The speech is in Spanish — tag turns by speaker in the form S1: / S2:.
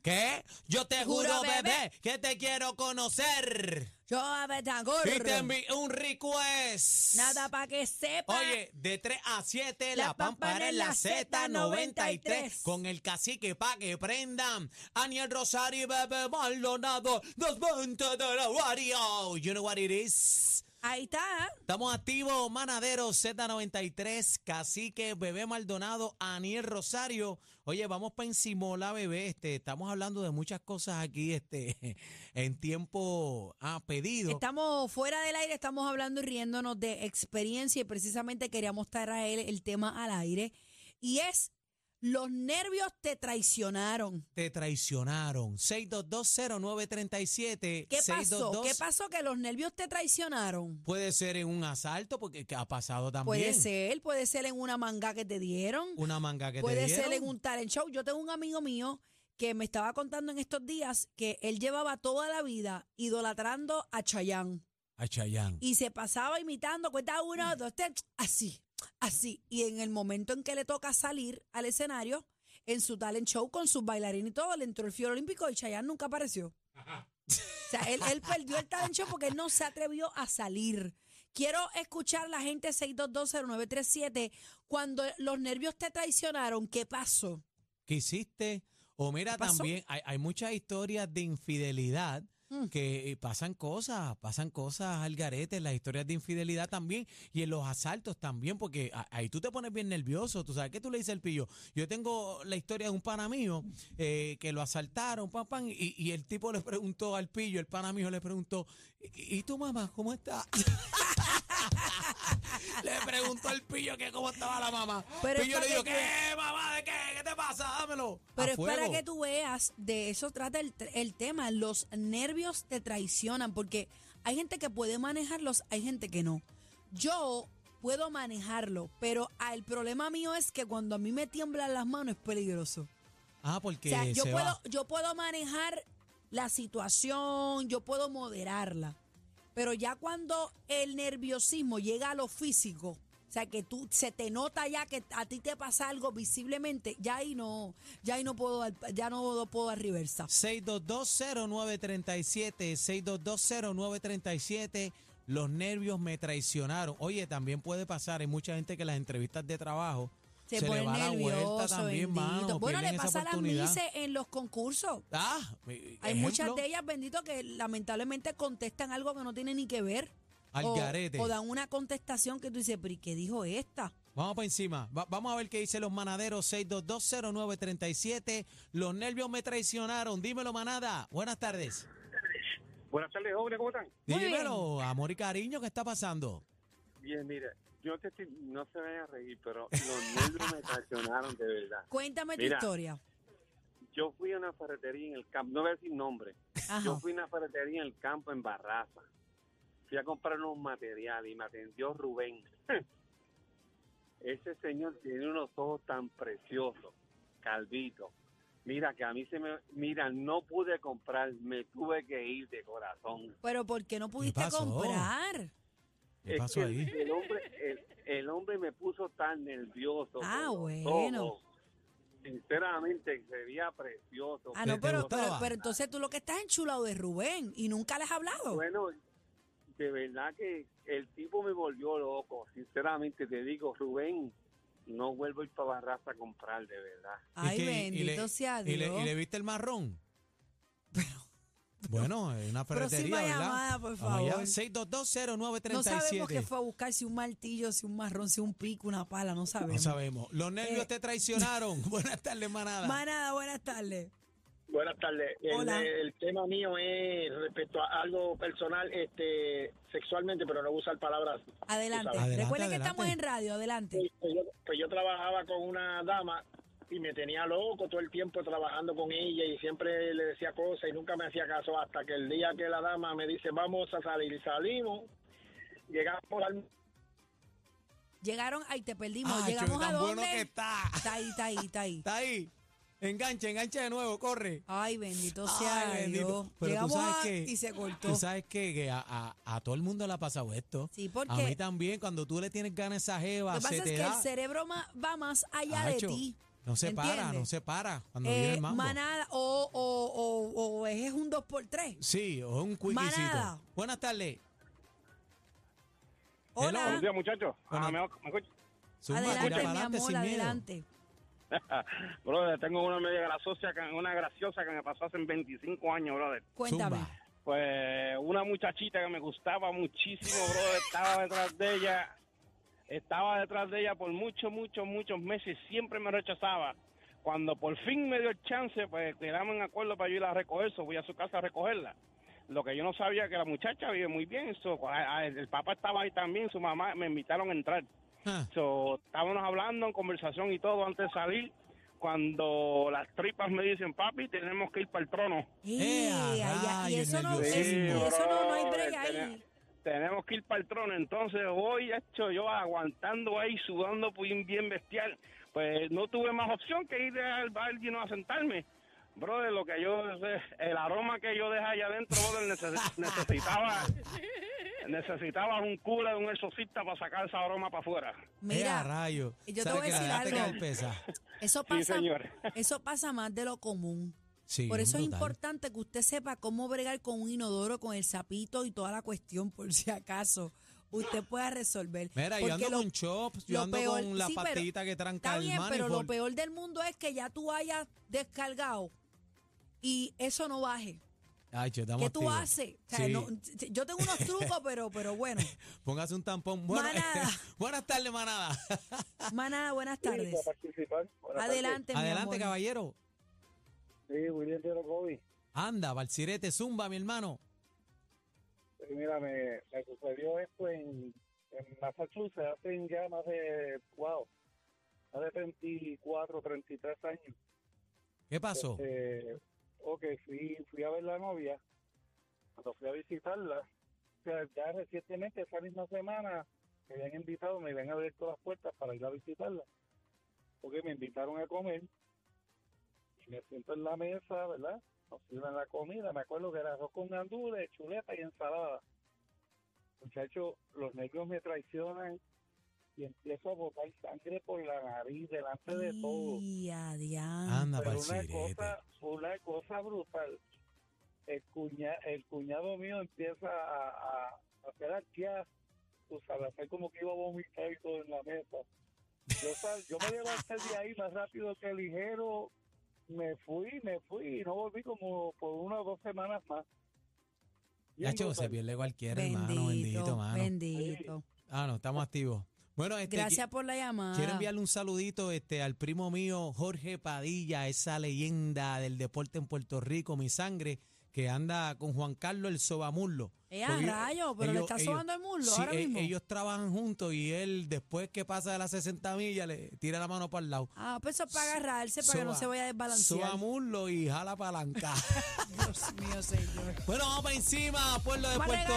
S1: ¿Qué? Yo te juro, bebé, que te quiero conocer.
S2: Yo a Betangor.
S1: Y te envié un request.
S2: Nada para que sepa.
S1: Oye, de 3 a 7, la,
S2: La
S1: pámpara
S2: pámpara
S1: en
S2: en
S1: la
S2: la
S1: Z93.
S2: Z93.
S1: Con el cacique pa' que prendan. Aniel Rosario y Bebé Maldonado, los 20 de la radio. You know what it is?
S2: Ahí está.
S1: Estamos activos, Manadero Z93, Cacique, Bebé Maldonado, Aniel Rosario. Oye, vamos para Encimola, bebé. Este, estamos hablando de muchas cosas aquí este, en tiempo a pedido.
S2: Estamos fuera del aire, estamos hablando y riéndonos de experiencia y precisamente queríamos traer a él el tema al aire. Y es, los nervios te traicionaron.
S1: Te traicionaron. 6220937.
S2: ¿Qué pasó?
S1: 622.
S2: ¿Qué pasó que los nervios te traicionaron?
S1: Puede ser en un asalto, porque que ha pasado también.
S2: Puede ser, puede ser en una manga que te dieron.
S1: Una manga que te
S2: Puede
S1: dieron.
S2: ser en un talent show. Yo tengo un amigo mío que me estaba contando en estos días que él llevaba toda la vida idolatrando a Chayanne
S1: A Chayanne.
S2: y se pasaba imitando, cuenta uno, dos, tres, así, así. Y en el momento en que le toca salir al escenario, en su talent show con sus bailarines y todo, le entró el fiel olímpico y Chayanne nunca apareció. O sea, él, él perdió el talent show porque él no se atrevió a salir. Quiero escuchar a la gente 6220937 cuando los nervios te traicionaron, ¿qué pasó?
S1: que hiciste. O mira,
S2: ¿Qué pasó?
S1: también hay, hay muchas historias de infidelidad
S2: Mm.
S1: que eh, pasan cosas, pasan cosas al garete, en las historias de infidelidad también y en los asaltos también, porque a- ahí tú te pones bien nervioso, tú sabes que tú le dices el pillo. Yo tengo la historia de un pana mío eh, que lo asaltaron, pam, pam, y, y el tipo le preguntó al pillo, el pana mío le preguntó, ¿y, y tu mamá cómo está? le preguntó al pillo que cómo estaba la mamá.
S2: Pero es
S1: pillo le
S2: para
S1: dijo,
S2: que
S1: ¿qué, Eh, mamá? ¿De qué? ¿Qué te pasa? Dámelo.
S2: Pero
S1: A
S2: es para
S1: fuego.
S2: que tú veas, de eso trata el, el tema, los nervios te traicionan, porque hay gente que puede manejarlos, hay gente que no. Yo puedo manejarlo, pero ah, el problema mío es que cuando a mí me tiemblan las manos es peligroso.
S1: Ah, porque
S2: O sea, yo
S1: se
S2: puedo,
S1: va.
S2: yo puedo manejar la situación, yo puedo moderarla, pero ya cuando el nerviosismo llega a lo físico, o sea, que tú se te nota ya que a ti te pasa algo visiblemente, ya ahí no, ya ahí no puedo, dar- ya no puedo dar reversa.
S1: 6220937, 6220937, los nervios me traicionaron. Oye, también puede pasar, hay mucha gente que las entrevistas de trabajo se,
S2: Se,
S1: le
S2: pone
S1: va la vuelta
S2: nervioso,
S1: también,
S2: bendito.
S1: mano,
S2: bueno,
S1: pierden
S2: le
S1: esa
S2: pasa a las
S1: oportunidad.
S2: mises en los concursos.
S1: Ah,
S2: Hay
S1: ejemplo,
S2: muchas de ellas, bendito, que lamentablemente contestan algo que no tiene ni que ver.
S1: Al
S2: o,
S1: garete.
S2: o dan una contestación que tú dices, pero ¿y qué dijo esta?
S1: Vamos para encima. Va- vamos a ver qué dicen los manaderos 6220937. Los nervios me traicionaron. Dímelo, manada. Buenas tardes.
S3: Buenas tardes, jóvenes, ¿cómo están?
S2: Muy bien.
S1: Dímelo, amor y cariño, ¿qué está pasando?
S3: Bien, mire, yo te estoy- no se vayan a reír, pero los nervios me traicionaron de verdad.
S2: Cuéntame
S3: Mira.
S2: tu historia.
S3: Yo fui a una ferretería en el campo, no voy a decir nombre, yo
S2: Ajá.
S3: fui a una ferretería en el campo en Barraza. Fui a comprar unos materiales y me atendió Rubén. Ese señor tiene unos ojos tan preciosos, calvito. Mira que a mí se me, mira, no pude comprar, me tuve que ir de corazón.
S2: Pero ¿por qué no pudiste
S1: pasó?
S2: comprar?
S1: ¿Qué
S3: Es
S1: pasó
S3: que
S1: ahí?
S3: El hombre, el, el hombre me puso tan nervioso.
S2: Ah,
S3: con los
S2: bueno.
S3: ojos. Sinceramente, se veía precioso.
S2: Ah,
S1: ¿Te-
S2: no,
S1: te
S2: pero,
S1: gustaba?
S2: pero, pero entonces tú lo que estás enchulado de Rubén y nunca les has hablado.
S3: Bueno, de verdad que el tipo me volvió loco. Sinceramente, te digo, Rubén, no vuelvo a ir para Barraza a comprar, de verdad.
S1: Y
S2: Ay,
S1: que- y le-
S2: bendito sea Dios.
S1: Y le, y le viste el marrón. bueno, es una ferretería,
S2: Próxima
S1: ¿verdad?
S2: llamada, por
S1: Vamos allá,
S2: favor.
S1: 6220937.
S2: no sabemos qué fue a buscar, si un martillo, si un marrón, si un pico, una pala, no sabemos.
S1: No sabemos. Los nervios
S2: Eh.
S1: te traicionaron. Buenas tardes, manada.
S2: Manada, buenas tardes.
S4: Buenas tardes. El,
S2: Hola.
S4: el tema mío es respecto a algo personal, este, sexualmente, pero no voy a usar palabras.
S2: Adelante.
S1: Adelante,
S2: Recuerden que
S1: adelante.
S2: estamos en radio, adelante.
S4: Pues yo, pues yo trabajaba con una dama y me tenía loco todo el tiempo trabajando con ella y siempre le decía cosas y nunca me hacía caso hasta que el día que la dama me dice vamos a salir y salimos, llegamos al...
S2: Llegaron, ay, te perdimos.
S1: Ah,
S2: Llegamos
S1: Chuy,
S2: a
S1: tan
S2: dónde.
S1: bueno que está.
S2: Está ahí, está ahí, está ahí.
S1: Está ahí. Engancha, engancha de nuevo, corre.
S2: Ay, bendito
S1: Ay,
S2: sea
S1: bendito.
S2: Dios.
S1: Pero
S2: Llegamos
S1: tú sabes
S2: a-
S1: que,
S2: y se cortó.
S1: Tú sabes que, que a, a- a todo el mundo le ha pasado esto.
S2: Sí, ¿por
S1: A
S2: qué?
S1: mí también, cuando tú le tienes ganas a esa
S2: Lo
S1: jeva,
S2: que pasa
S1: se
S2: es
S1: te
S2: que el
S1: da.
S2: cerebro ma- va más allá
S1: Acho,
S2: de ti.
S1: No se para, no
S2: ¿entiendes?
S1: se para cuando
S2: Eh,
S1: viene el mambo.
S2: manada, o, o, o, o es un 2x3.
S1: Sí, o un quickiecito.
S2: Manada.
S1: Buenas tardes.
S2: Hola.
S1: Buenos
S4: días muchachos,
S1: Ah, me- Zumba, tira para
S2: Adelante, mi
S1: adelante
S2: amor,
S1: sin miedo.
S2: adelante.
S4: brother, tengo una media graciosa, que- una graciosa que me pasó hace 25 años, brother.
S2: Cuéntame.
S1: Zumba.
S4: Pues una muchachita que me gustaba muchísimo, brother, estaba detrás de ella, estaba detrás de ella por muchos, muchos, muchos meses, siempre me rechazaba. Cuando por fin me dio el chance, pues quedamos en acuerdo para yo ir a recoger, so, voy a su casa a recogerla. Lo que yo no sabía que la muchacha vive muy bien, so, a- a- el papá estaba ahí también, su mamá me invitaron a entrar.
S1: Ah,
S4: So, estábamos hablando en conversación y todo antes de salir, cuando las tripas me dicen, papi, tenemos que ir para el trono.
S2: Eh, ay, ay, y
S1: rayos, Eh,
S2: eso no,
S1: nerviosismo.
S2: es- y eso no, no hay
S4: brother,
S2: break ahí.
S4: tenía- Tenemos que ir para el trono, entonces voy, hecho yo aguantando ahí, sudando pues, bien bestial. Pues no tuve más opción que ir al bar y no a sentarme. Brother, lo que yo, el aroma que yo dejé allá adentro, brother, neces- necesitaba, necesitaba un cura de un exorcista para sacar esa aroma para afuera.
S1: Mira,
S2: Mira,
S1: rayo.
S2: yo te voy a decir algo. eso
S4: Sí,
S2: pasa,
S4: señor.
S2: eso pasa más de lo común. Por eso es importante que usted sepa cómo bregar con un inodoro, con el sapito y toda la cuestión, por si acaso usted pueda resolver.
S1: Mira, yo
S2: Porque
S1: ando
S2: lo-
S1: con chops, yo
S2: lo
S1: ando
S2: peor-
S1: con la
S2: sí, pero-
S1: pastillita que tranca
S2: Está
S1: el
S2: bien,
S1: manifold.
S2: pero lo peor del mundo es que ya tú hayas descargado y eso no baje.
S1: Ay, che, estamos
S2: ¿Qué tú
S1: activos.
S2: haces? O sea,
S1: Sí.
S2: no- yo tengo unos trucos, pero, pero bueno.
S1: Póngase un tampón. Buena-
S2: Manada.
S1: Buenas tardes, manada.
S2: Manada, buenas tardes. Adelante, mi
S1: Adelante,
S2: amor.
S1: caballero.
S5: Sí, William Tiro Kobe.
S1: Anda, Balsirete, zumba, mi hermano.
S5: Eh, Mira, me, me sucedió esto en, en Massachusetts hace ya más de, wow, más de 34, 33 años.
S1: ¿Qué pasó?
S5: Eh, ok, fui, fui a ver la novia. Cuando fui a visitarla, o sea, ya recientemente, esa misma semana, me habían invitado, me habían abierto las puertas para ir a visitarla. Porque me invitaron a comer. Y me siento en la mesa, ¿verdad? Nos sirven la comida. Me acuerdo que era arroz con gandules, chuleta y ensalada. Muchacho, los nervios me traicionan y empiezo a botar sangre por la nariz delante de todos.
S2: Y a diantre.
S1: Anda,
S5: Pero una
S1: Balsirete.
S5: cosa, una cosa brutal. El, cuña- el cuñado mío empieza a, a, a hacer arqueas, tú sabes, a hacer como que iba a vomitar y todo en la mesa. Yo, sal- yo me levanté de ahí más rápido que ligero, me fui, me fui y no volví como por una o dos semanas más.
S1: Ya,
S5: Bien
S1: che, se
S5: brutal.
S1: pierde cualquiera, hermano.
S2: Bendito,
S1: Bendito,
S2: bendito,
S1: mano. Ah, no, estamos activos. Bueno, este,
S2: Gracias por la llamada.
S1: Quiero enviarle un saludito este, al primo mío, Jorge Padilla, esa leyenda del deporte en Puerto Rico, mi sangre, que anda con Juan Carlos el Sobamurlo.
S2: Eh, a
S1: Porque
S2: rayo, pero le está sobando el muslo
S1: sí,
S2: ahora
S1: e-
S2: mismo.
S1: ellos trabajan juntos y él, después que pasa de las 60 millas, le tira la mano para el lado.
S2: Ah, pues eso es para agarrarse, para que no
S1: Soba-
S2: se vaya a desbalancear.
S1: Soba muslo y jala palanca.
S2: Dios mío, señor.
S1: bueno, vamos para encima, pueblo de
S2: Más
S1: Puerto